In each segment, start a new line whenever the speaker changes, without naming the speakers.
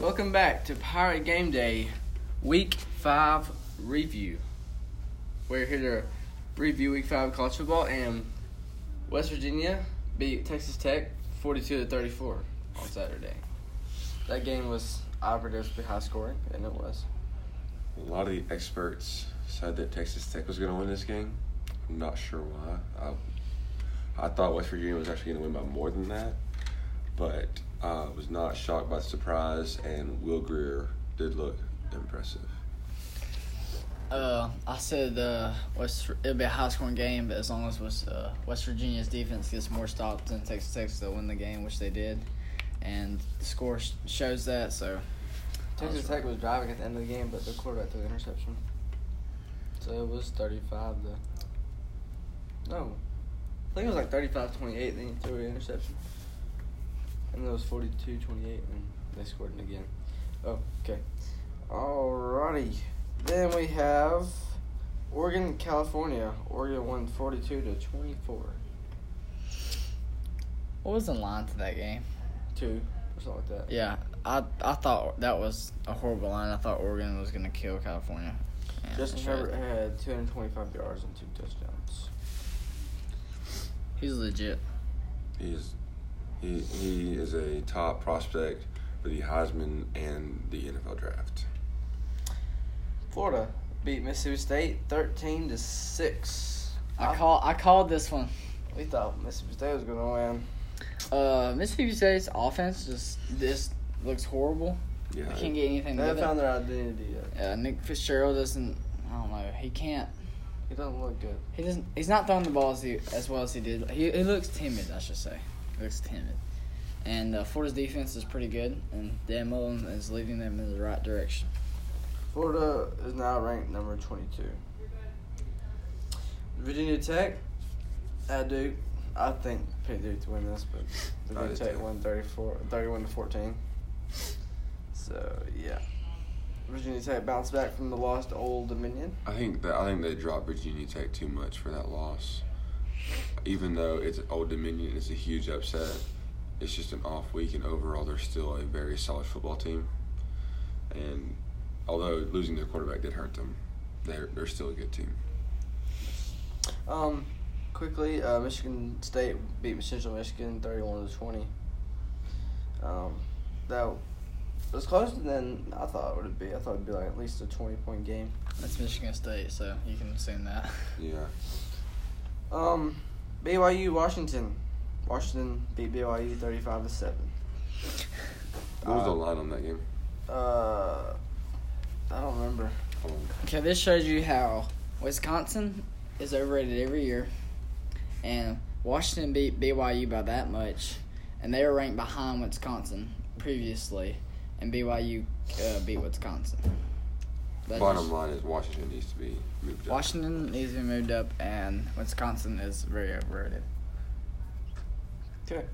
Welcome back to Pirate Game Day Week 5 review. We're here to review Week 5 college football and West Virginia beat Texas Tech 42 to 34 on Saturday. That game was obviously high scoring, and it was.
A lot of the experts said that Texas Tech was going to win this game. I'm not sure why. I, I thought West Virginia was actually going to win by more than that, but I was not shocked by the surprise, and Will Greer did look impressive.
Uh, I said uh, West, it'll be a high scoring game, but as long as West, uh, West Virginia's defense gets more stops than Texas Tech, they'll win the game, which they did. And the score sh- shows that, so
Texas Tech was driving at the end of the game, but their quarterback threw an interception. So it was 35 to. No. I think it was like 35 28, then he threw an interception. And it was 42 28, and they scored it again. Oh, okay. Alrighty. Then we have Oregon, California. Oregon won 42 to 24.
what was the line to that game?
Two, or something like that.
Yeah, I I thought that was a horrible line. I thought Oregon was gonna kill California. Yeah,
Justin
that's right.
Herbert had 225 yards and two touchdowns.
he's legit.
He is, he, he is a top prospect for the Heisman and the NFL draft.
Florida beat Mississippi State thirteen to six.
I call I called this one.
We thought Mississippi State was gonna win.
Uh, Mississippi State's offense just this looks horrible.
Yeah,
They can't get
They
anything.
haven't
with it.
found their identity yet.
Uh, Nick Fitzgerald doesn't. I don't know. He can't.
It doesn't look good.
He doesn't. He's not throwing the ball as, he, as well as he did. He, he looks timid, I should say. He looks timid. And uh, Florida's defense is pretty good, and Dan Mullen is leading them in the right direction.
Florida is now ranked number twenty-two. Virginia Tech, I do. I think Pitt Duke to win this, but
I
Virginia
did
Tech
too.
won 34, 31 to fourteen. So yeah, Virginia Tech bounced back from the loss to Old Dominion.
I think that I think they dropped Virginia Tech too much for that loss. Even though it's Old Dominion, it's a huge upset. It's just an off week, and overall, they're still a very solid football team. And although losing their quarterback did hurt them, they're they're still a good team.
Um, quickly, uh, Michigan State beat Central Michigan thirty-one to twenty. Um, that was closer than I thought it would be. I thought it'd be like at least a twenty-point game.
That's Michigan State, so you can assume that.
Yeah,
Um, BYU Washington, Washington beat BYU thirty-five to seven.
what was the
Uh,
line on that game?
Uh, I don't remember.
Hold on.
Okay, this shows you how Wisconsin is overrated every year, and Washington beat BYU by that much, and they were ranked behind Wisconsin previously, and BYU uh, beat Wisconsin. That
Bottom
just-
line is Washington needs to be moved up.
Washington needs to be moved up, and Wisconsin is very overrated.
Okay.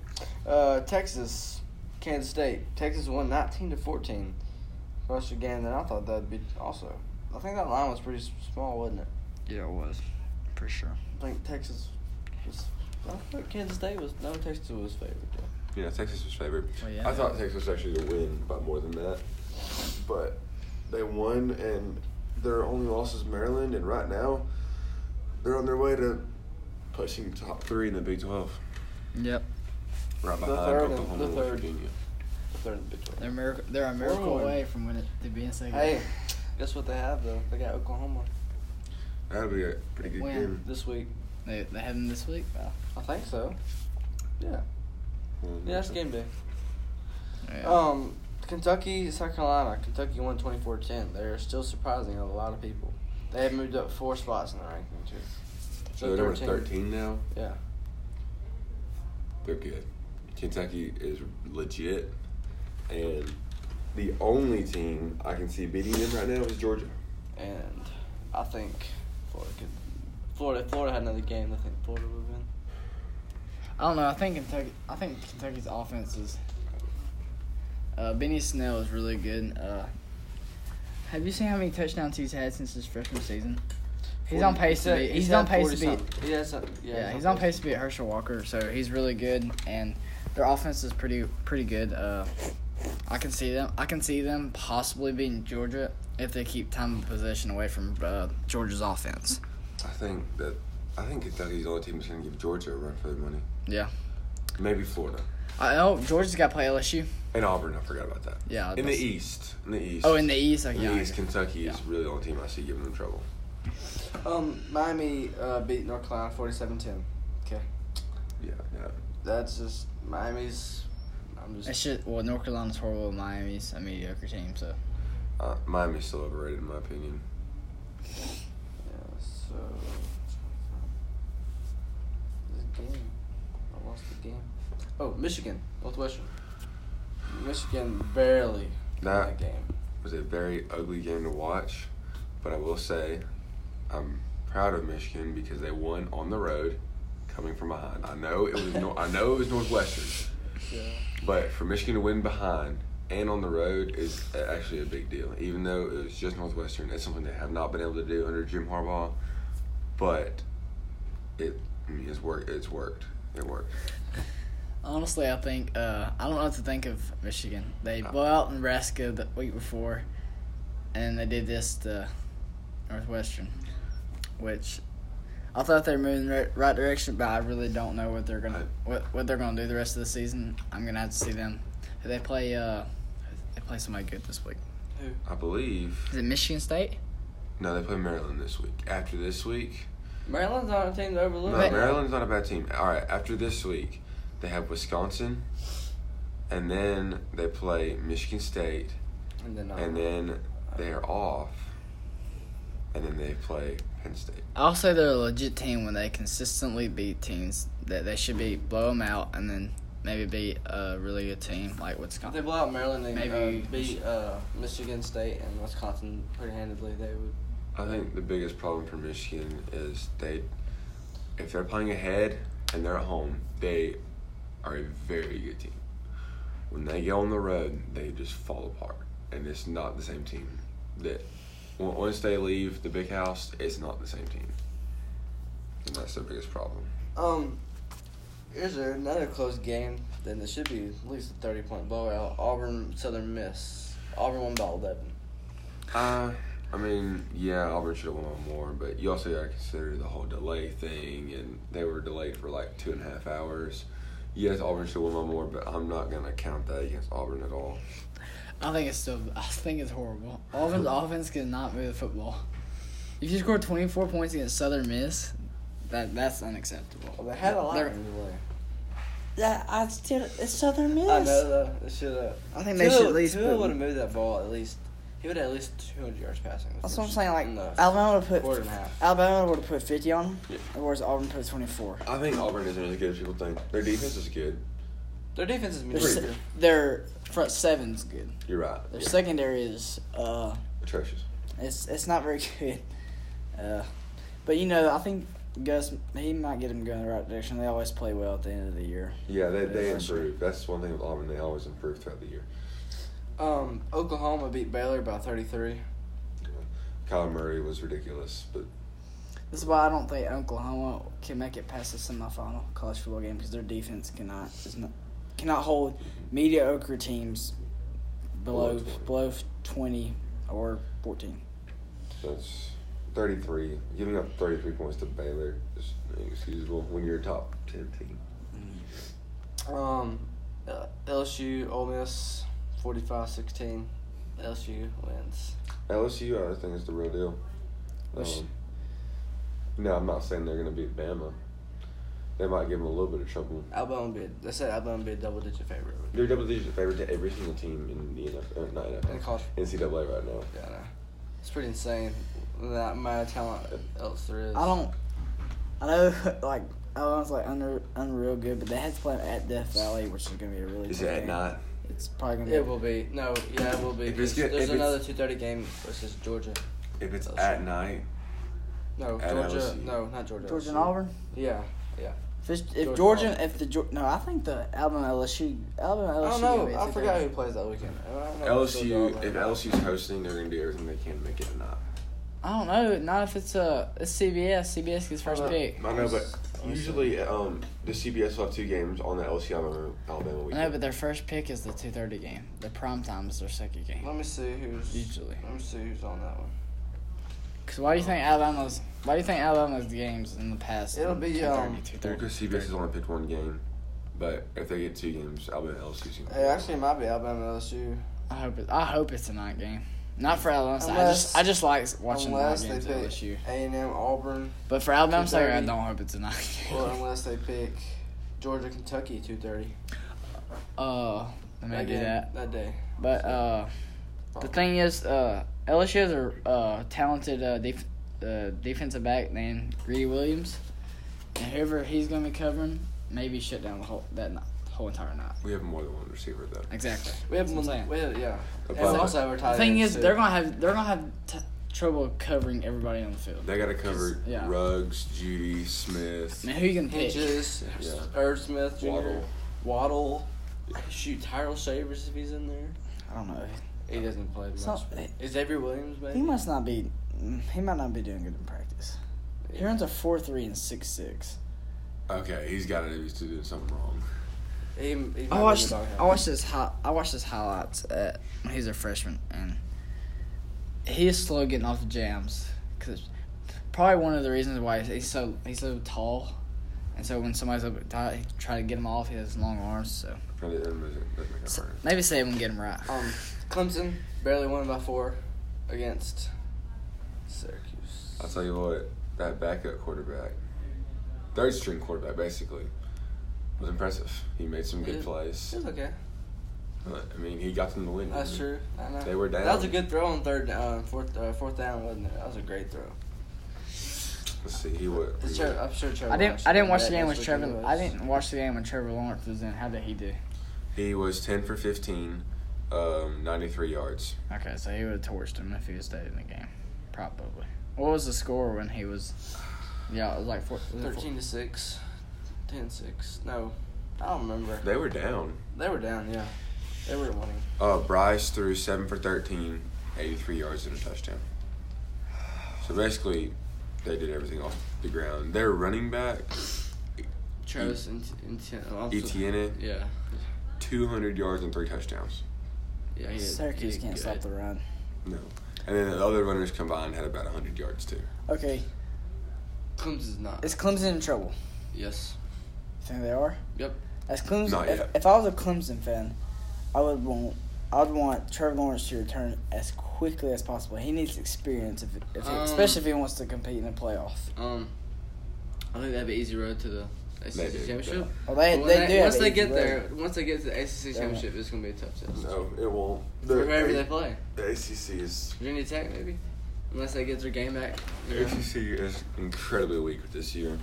Uh, Texas, Kansas State. Texas won nineteen to fourteen. Closer game than I thought that'd be. Also, I think that line was pretty s- small, wasn't it?
Yeah, it was, for sure.
I think Texas was. I thought Kansas State was. No, Texas was favored. Yeah.
Yeah, Texas was favored.
Well, yeah.
I thought Texas was actually to win by more than that, but they won, and their only loss is Maryland, and right now they're on their way to pushing top three in the Big Twelve,
Yep,
right
The
behind
third and-
Oklahoma
the
and
third.
West Virginia.
They're in the Big
they're
Twelve.
miracle. They're a miracle
Four-one.
away from winning to being second.
Hey, guess what they have though? They got Oklahoma
That'll be a pretty good
Win.
game.
this week.
they they have them this week. Wow.
I think so. Yeah.
Um,
Yeah, that's game day.
Yeah.
Um, Kentucky, South Carolina. Kentucky won 24-10. They're still surprising a lot of people. They have moved up four spots in the ranking too.
So they're number thirteen now.
Yeah.
They're good. Kentucky is legit, and the only team I can see beating them right now is Georgia.
And I think Florida could. Florida, if Florida had another game. I think Florida would win.
I don't know. I think Kentucky. I think Kentucky's offense is. Uh, Benny Snell is really good. Uh, have you seen how many touchdowns he's had since his freshman season? He's on pace to
said-
be.
he
He's,
said
on pace
40
to be.
something. He has some- yeah,
Yeah, he's on pace to be at Herschel Walker, so he's really good, and their offense is pretty pretty good. Uh, I can see them. I can see them possibly beating Georgia if they keep time of possession away from uh, Georgia's offense.
I think that I think Kentucky's the only team that's going to give Georgia a run for their money.
Yeah.
Maybe Florida
I oh Georgia's got to play LSU.
and Auburn. I forgot about that.
Yeah.
In the
that's-
East, in the East.
Oh, in the East. Okay,
In the
yeah,
East, Kentucky is
Yeah.
really the only team I see giving them trouble.
Um, Miami uh, beat North Carolina 47-10. Okay,
Yeah, yeah.
that's just Miami's. I'm
It's
just.
just well, North Carolina's horrible. Miami's a mediocre team. So
Uh, Miami's still overrated in my opinion.
Yeah, so. This game, I lost the game. Oh, Michigan, Northwestern. Michigan barely won that
That
game.
was a very ugly game to watch, but I will say I'm proud of Michigan because they won on the road, coming from behind. I know it was no- I know it was Northwestern,
Yeah.
but for Michigan to win behind and on the road is a- actually a big deal. Even though it was just Northwestern, that's something they have not been able to do under Jim Harbaugh, but it I mean, it's worked. It's worked. It worked.
honestly, I think uh, I don't know what to think of Michigan. They blew out Nebraska the week before, and they did this to Northwestern, which I thought they were moving in the right- right direction, but I really don't know what they're gonna what, what they're gonna do the rest of the season. I'm gonna have to see them. They play uh, they play somebody good this week.
I believe.
Is it Michigan State?
No, they play Maryland this week. After this week,
Maryland's not a team to overlook.
No,
But-
Maryland's not a bad team. All right, after this week, they have Wisconsin, and then they play Michigan State,
And then, uh,
and then they are off, and then they play Penn State.
I'll say they're a legit team when they consistently beat teams that they should be blow them out and then maybe beat a really good team like
If they
Wisconsin.
blow out Maryland, they
Maybe-
uh, beat uh, Michigan State and Wisconsin pretty handedly. They would.
I think the biggest problem for Michigan is they, if they're playing ahead and they're at home, they are a very good team. When they get on the road, they just fall apart, and it's not the same team. That on- once they leave the big house, it's not the same team, and that's the biggest problem.
Um, here's another close game. Then it should be at least a thirty-point blowout. Auburn Southern Miss. Auburn won by eleven.
Uh, I mean, yeah, Auburn should have won one more, but you also got to consider the whole delay thing, and they were delayed for like two and a half hours. Yes, Auburn should have won one more, but I'm not gonna count that against Auburn at all.
I think it's still I think it's horrible. Auburn's offense cannot move the football. If you score 24 points against Southern Miss, that that's unacceptable.
Well, they had a lot
They're-
of delay.
That I still it's Southern Miss.
I know though. They should have.
I think they should at least.
Tua
put-
would have moved that ball at least. He would have at least two hundred yards passing.
that's what I'm saying. Like
in the
Alabama would have
quarter
put
and a half.
Alabama would have put 50 on
Yeah.
them, whereas Auburn put 24.
I think Auburn isn't as good as people think. Their defense is good.
Their defense is
Their,
Pretty
mediocre.
se- their front seven's good.
You're right.
Their
Yeah.
secondary is uh.
Atrocious.
It's it's not very good. Uh, but you know, I think Gus he might get him going in the right direction. They always play well at the end of the year.
Yeah, they, they
Yeah, for sure.
improve. That's one thing with Auburn. They always improve throughout the year.
Um, Oklahoma beat Baylor by thirty-three.
Kyler Murray was ridiculous, but
This is why I don't think Oklahoma can make it past the semifinal college football game because their defense cannot is not cannot hold mediocre teams below
Below 20.
below twenty or fourteen.
that's 33. Giving up 33 points to Baylor is inexcusable when you're a top 10 team.
Um, uh, LSU, Ole Miss, 45-16. LSU wins.
LSU, I think, is the real deal.
Which-
Um, no, I'm not saying they're going to beat Bama. They might give them a little bit of trouble.
Alabama be. They said Alabama be a double-digit favorite.
They're double digit favorite to every single team in the NFL, uh, not
In
NFL,
college,
NCAA right now.
yeah, I know. it's pretty insane that amount of talent else there is.
I don't. I know, like I was like under unreal good, but they had to play at Death Valley, which is gonna be a really.
Is
tough
it at
game.
night?
It's probably gonna be.
It will be no, yeah, it will be.
If it's
'cause
get-
There's
if it's-
another two thirty game versus Georgia.
If it's
That's
at
right.
night,
No,
At
Georgia.
LSU.
No, not Georgia.
Georgia and
LSU.
Auburn.
Yeah,
If, it's, if
Georgia
Georgia,
Auburn.
if the Geor- no, I think the Alabama LSU, Alabama LSU.
I don't
game is
know. I
the
forgot who
game.
plays that weekend. I don't know if it's Georgia,
LSU,
Auburn,
if
or not.
LSU's hosting, they're going to do everything they can to make it at night.
I don't know. Not if it's uh, it's CBS. CBS gets first
How about-
pick.
I know, but Usually, um, the CBS will have two games on the LC Alabama, Alabama weekend.
No, but their first pick is the two thirty game. The prime time is their second
Let
game.
me see who's.
Usually.
Let me see who's on that one.
Cause why do you think Alabama's? Why do you think Alabama's games in the past?
It'll be, um,
2:30,
Well,
2:30?
because CBS has only picked one game, but if they get two games, Alabama and LSU's gonna.
It actually might be Alabama and LSU.
I hope it. I hope it's a night game. Not for Alabama. side. I
Unless-
just I just like watching night
unless they
games
pick
at LSU.
A and M, Auburn,
But for Alabama, side, I
2:30.
don't hope it's a night
or
game.
unless they pick Georgia, Kentucky, two thirty.
Oh, I may do that.
That day.
But uh, the thing is, uh, LSU has a uh, talented uh, def- uh, defensive back named Greedy Williams, and whoever he's gonna be covering, maybe shut down the whole that night, whole entire night.
We have more than one receiver though.
Exactly.
We have
That's what
one.
I'm saying.
We have, yeah. And
But-
also have our tight
The thing
ends,
is,
too.
they're gonna have they're gonna have t- trouble covering everybody on the field.
They got to cover
Yeah.
Ruggs, Judy, Smith,
Now, who you gonna pick?
Hinges,
Yeah.
Irv Smith, Jr.,
Waddle.
Waddle. Shoot, Tyrell Shavers if he's in there.
I don't know.
He doesn't play much.
So-
Is Avery Williams maybe?
He must not be. He might not be doing good in practice. He runs a four three and six six.
Okay, he's got to be doing something wrong.
He, he might be
I watched.
in the doghouse.
I watched his. Hi- I watched his highlights at when he's a freshman, and he is slow getting off the jams. Cause probably one of the reasons why he's so he's so tall, and so when somebody's up tight, he try to get him off. He has long arms, so,
Probably that doesn't- doesn't make up
so
for it.
maybe Saban will get him right.
Um, Clemson barely won by four against Syracuse.
I'll tell you what, that backup quarterback, third string quarterback basically, was impressive. He made some good
It-
plays.
It was okay.
But, I mean, he got them the win.
That's true. I know.
They were down.
That was a good throw on third, uh, fourth, uh, fourth down, wasn't it? That was a great throw.
Let's see, he would.
It's Tre- I'm sure Trevor.
I didn't.
Lawrence
I didn't
did
watch the
that
game
next
with
week
Trevor.
anyways.
I didn't watch the game when Trevor Lawrence was in. How did he do?
He was ten for fifteen, um, ninety three yards.
Okay, so he would have torched him if he was stayed in the game, probably. What was the score when he was? Yeah, it was like four, was it four-
Thirteen to six. 10-6. No, I don't remember.
They were down.
They were down. Yeah, they were winning.
Uh, Bryce threw seven for 13, 83 yards and a touchdown. So basically, they did everything off the ground. Their running back,
Travis
E-
and, and, Tim- also-
Etienne,
Yeah,
200 yards and three touchdowns.
yeah. He,
Syracuse
he
can't
good.
stop the run.
No. And then the other runners combined had about 100 yards too.
Okay,
Clemson's not.
is Clemson in trouble?
yes.
You think they are?
Yep.
As Clemson,
Not
if,
yet.
if I was a Clemson fan, I would want I would want Trevor Lawrence to return as quickly as possible. He needs experience, if, if he,
Um,
especially if he wants to compete in the playoff.
Um, I think they have an easy road to the ACC
They do,
championship.
Well, they,
But when
they
they-
do have
once
an
they
easy
get
road.
there, once they get to the ACC
Yeah.
championship, it's gonna be a tough test.
No, it won't.
For whoever they play,
The ACC is
Virginia Tech maybe, unless they get their game back. you know.
ACC is incredibly weak this year.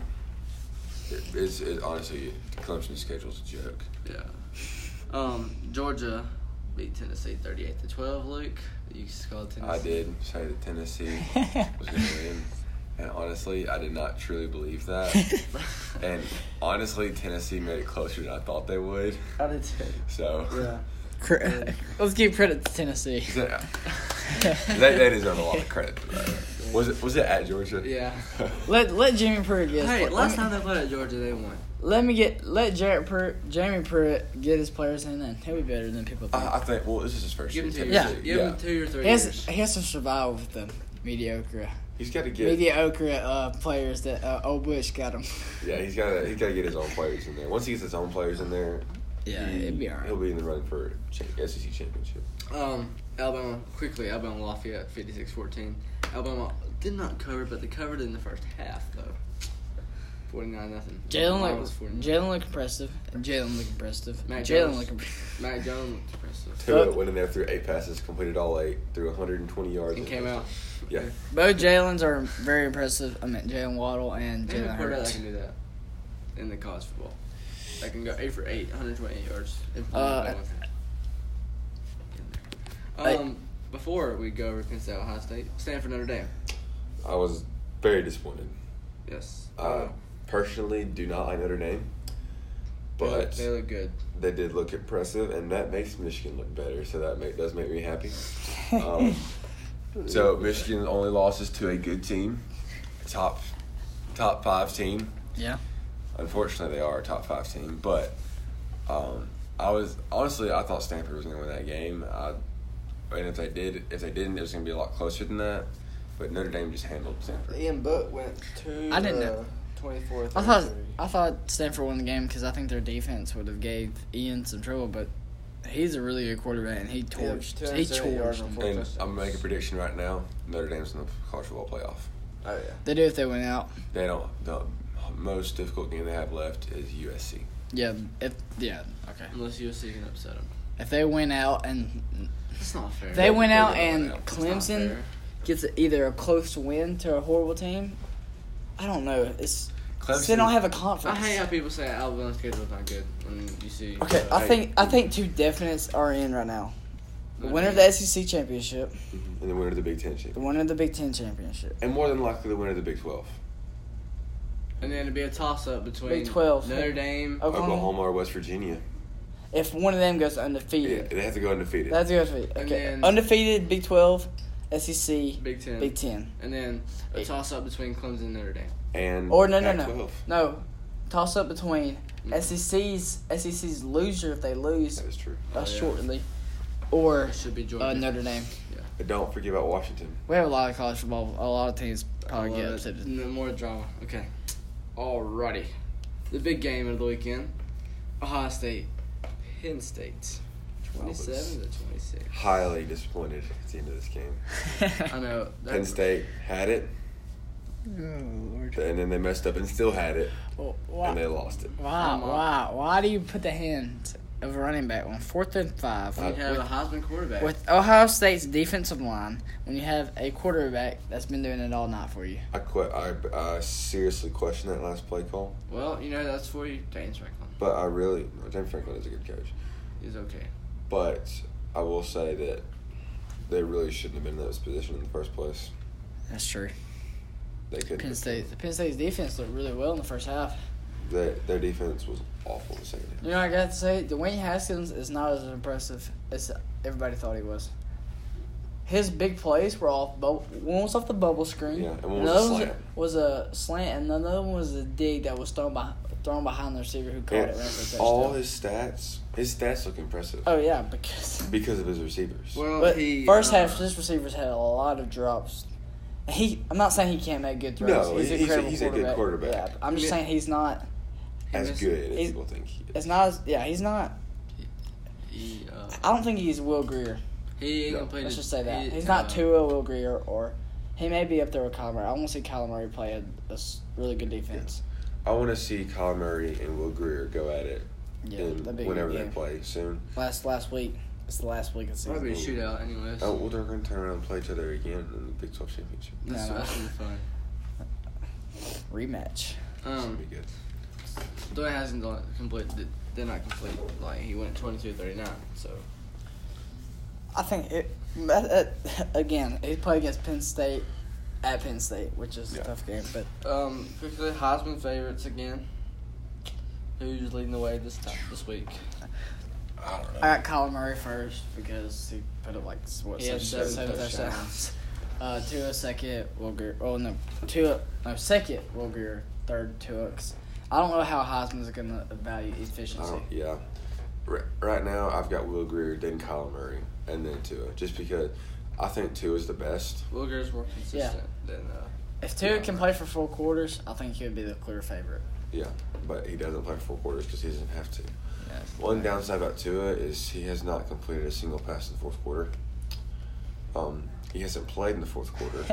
It, it's it, honestly Clemson's schedule's a joke.
Yeah. Um, Georgia beat Tennessee thirty-eight to twelve. Luke, you called Tennessee.
I did say that Tennessee was going to win, and honestly, I did not truly believe that. and honestly, Tennessee made it closer than I thought they would.
I did too.
So
Yeah.
Cre- Let's give credit to Tennessee.
they, they deserve a lot of credit for that. Was it was it at Georgia?
Yeah.
Let let Jimmy Pruitt get. his
Hey,
play-
last
let
time
me-
they played at Georgia, they won.
Let me get let Jarrett Pruitt, Jamie Pruitt get his players in, and he'll be better than people think.
I, I think well, this is his first
Give them two
year.
years.
Yeah.
Tennessee.
Give
yeah.
them two or three
he has
years.
he has to survive with the mediocre
He's got to get.
mediocre uh, players that uh, old Bush got him.
Yeah, he's got to. He's got to get his own players in there. Once he gets his own players in there,
Yeah,
he,
it'd be alright.
He'll be in the running for cha- SEC championship.
Um, Alabama quickly. Alabama Lafayette 56-14. Alabama did not cover, but they covered in the first half though. Forty-nine nothing.
Jalen
Mine was
looked
49.
Jalen looked impressive. Jalen looked impressive.
Mac
Jalen
Jones.
looked impressive.
Matt Jones looked impressive.
Two that went in there through eight passes, completed all eight, threw 120 yards,
And came out.
Yeah.
Both Jalen's are very impressive. I mean Jalen Waddle and
Name
Jalen
a quarterback that
Hurts.
can do that in the college football. That can go eight for eight, 128 yards. and
Uh,
play one.
I-
um, before we go over Penn State, Ohio State, Stanford, Notre Dame.
I was very disappointed.
Yes.
Uh,
I Uh, personally do not like Notre Dame,
They look-
but
they look good.
they did look impressive, and that makes Michigan look better. So that make, does make me happy. Um, so Michigan only losses to a good team, top top five team.
Yeah.
Unfortunately, they are a top five team. But um, I was honestly, I thought Stanford was going to win that game. I, and if they did, if they didn't, it was going to be a lot closer than that. But Notre Dame just handled Stanford.
Ian Butt went to
I didn't know.
twenty four.
I thought I thought Stanford won the game because I think their defense would have gave Ian some trouble, but he's a really good quarterback and he torched. he
278 yards on
torched.
four.
them.
And I'm gonna make a prediction right now: Notre Dame's in the college football playoff.
Oh yeah.
They do if they went out.
They don't. The most difficult game they have left is USC.
Yeah, if yeah, okay.
Unless USC can upset them.
If they went out and
That's not fair.
they went out
They went
and
out. It's
That's not
Clemson
fair.
gets either a close win to a horrible team, I don't know. It's
Clemson.
they don't have a
I
conference.
hate how people say Alabama's schedule is not good when you see.
Okay,
uh,
I think I think two definites are in right now. The winner of the SEC championship,
and the winner of the Big Ten
the
championship,
winner of the Big Ten championship.
and more than likely the winner of the Big Twelve.
And then it'd be a toss up between
Big Oh, 12.
Notre Dame.
Oklahoma.
Oklahoma or West Virginia.
If one of them goes
Yeah,
undefeated,
they have to go undefeated.
that's good for you. Okay,
then-
undefeated Big Twelve, SEC,
Big Ten.
Big Ten.
And then a toss up between Clemson and Notre Dame.
and
Or no, no, no,
Pac-12.
no. Toss up between E
Mm.
SEC's SEC's loser if they lose
That is true.
uh,
yeah.
shortly, or
It should be Georgia.
uh, Notre Dame.
But don't forget about Washington.
We have a lot of college football. A lot of teams probably
Love
get
it.
upset.
No more drama. Okay. Alrighty. The big game of the weekend. Ohio State. Penn State.
Well, it's
27 to 26.
Highly disappointed at the end of this game.
I know.
Penn State had it, and then they messed up and still had it,
Well,
and they
why,
lost it.
why,
Come on.
why, why do you put the hand of a running back on fourth and five
You
Uh,
have a
with,
Heisman quarterback.
with Ohio State's defensive line when you have a quarterback that's been doing it all night for you?
I quit. I, I seriously question that last play call,
Well, you know, that's for you. James Franklin.
but I really no, James Franklin is a good coach.
He's okay.
But I will say that they really shouldn't have been in that position in the first place.
That's true.
They couldn't.
Penn
have-
State, the Penn State's defense looked really well in the first half.
Their, their defense was awful in the second half.
You know, I got to say, Dwayne Haskins is not as impressive as everybody thought he was. His big plays were off. Bu- one was off the bubble screen.
Yeah, and one was a
another was
slant.
was a slant, and another one was a dig that was thrown by thrown behind the receiver who caught it. Ran for a
And
touchdown.
all his stats, his stats look impressive
oh yeah, because
because of his receivers.
Well,
but
he,
first
uh,
half, his receivers had a lot of drops. He, I'm not saying he can't make good
No,
throws. he's,
he's-
an
he's a-
incredible
he's a good quarterback.
Yeah, but I'm just
Yeah.
saying he's not.
he
as
missed-
good as
he's-
people think he is.
It's not. As, yeah, he's not.
He, uh,
I don't think he's Will Greer.
he ain't
No.
gonna play
Let's
the-
just say that
he-
he's not
uh,
Tua, Will Greer, or he may be up there with Kyler Murray. I want to see Kyler Murray play a, a s- really good defense.
I want to see Kyle Murray and Will Greer go at it
Yeah,
in-
that'd be a
whenever
good
they
game.
play soon.
Last last week, it's the last week of the season.
Probably a shootout, anyways.
Oh, well, they're going to turn around and play each other again in the Big 12 championship.
That's,
No, no.
that's gonna be fun.
Rematch.
It's
Um,
gonna be good.
Dwayne hasn't done complete. Did, did not complete. Like he went 22 39. So
I think it. that- that- again, he played against Penn State at Penn State, which is
Yeah.
a tough game. But
um, quickly Heisman favorites again. Who's leading the way this time this week?
I don't know.
I got Kyler Murray first because he put up like what
He had
six- seven,
seven touchdowns.
touchdowns. Uh, Tua second, Will Greer. Oh no, Tua no second, Will Greer. Third, Tua's. I don't know how Heisman's gonna value
I
efficiency.
don't, yeah. Right, right now, I've got Will Greer, then Kyle Murray, and then Tua. Just because I think Tua is the best.
Wilger's more consistent than uh,
If Tua
Yeah.
can play for four quarters, I think he would be the clear favorite.
Yeah, but he doesn't play four quarters because he doesn't have to.
Yeah.
One downside about Tua is he has not completed a single pass in the fourth quarter. Um, he hasn't played in the fourth quarter,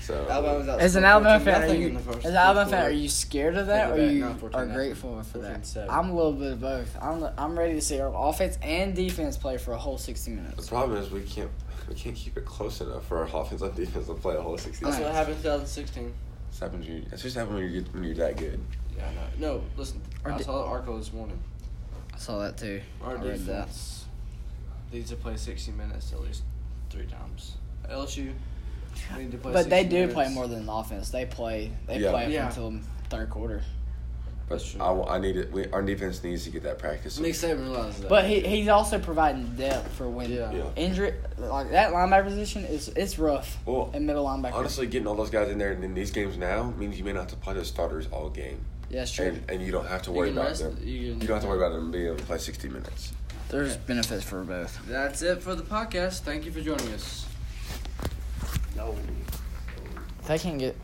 so
Alabama's out.
As an
scored
Alabama
14
fan, are
nothing
you
in the first-
as an Alabama
first
fan, are
quarter.
you scared of that, or
Quarterback,
you
not 14,
are
not
grateful for that?
14-7.
I'm a little bit of both. I'm I'm ready to see our offense and defense play for a whole sixty
The
minutes.
problem is we can't we can't keep it close enough for our offense and defense to play a whole sixty.
That's what
Alright.
happened in 2016.
That's happened to you. That's just happened when you're when you're that good.
Yeah, I know. No, listen.
Our
I
de-
saw Arco this morning.
I saw that too.
Our
I read that.
defense needs to play 60 minutes at least three times. LSU need to play.
But they
60
do play
minutes.
more than the offense. They play. They
Yeah.
play up
Yeah.
until the third quarter.
But
That's true.
I, wa- I need it. We, our defense needs to get that practice.
Nick Saban realizes that.
But he he's also providing depth for when
Yeah.
Yeah.
injury like that linebacker position is it's rough.
Well,
and middle linebacker.
honestly, getting all those guys in there and in these games now means you may not have to play those starters all game.
Yeah, that's true.
and, and you don't have to worry
can
about
rest-
them.
you
You
can-
don't have to worry about them being able to play 60 minutes.
There's benefits for both.
That's it for the podcast. Thank you for joining us.
If they can get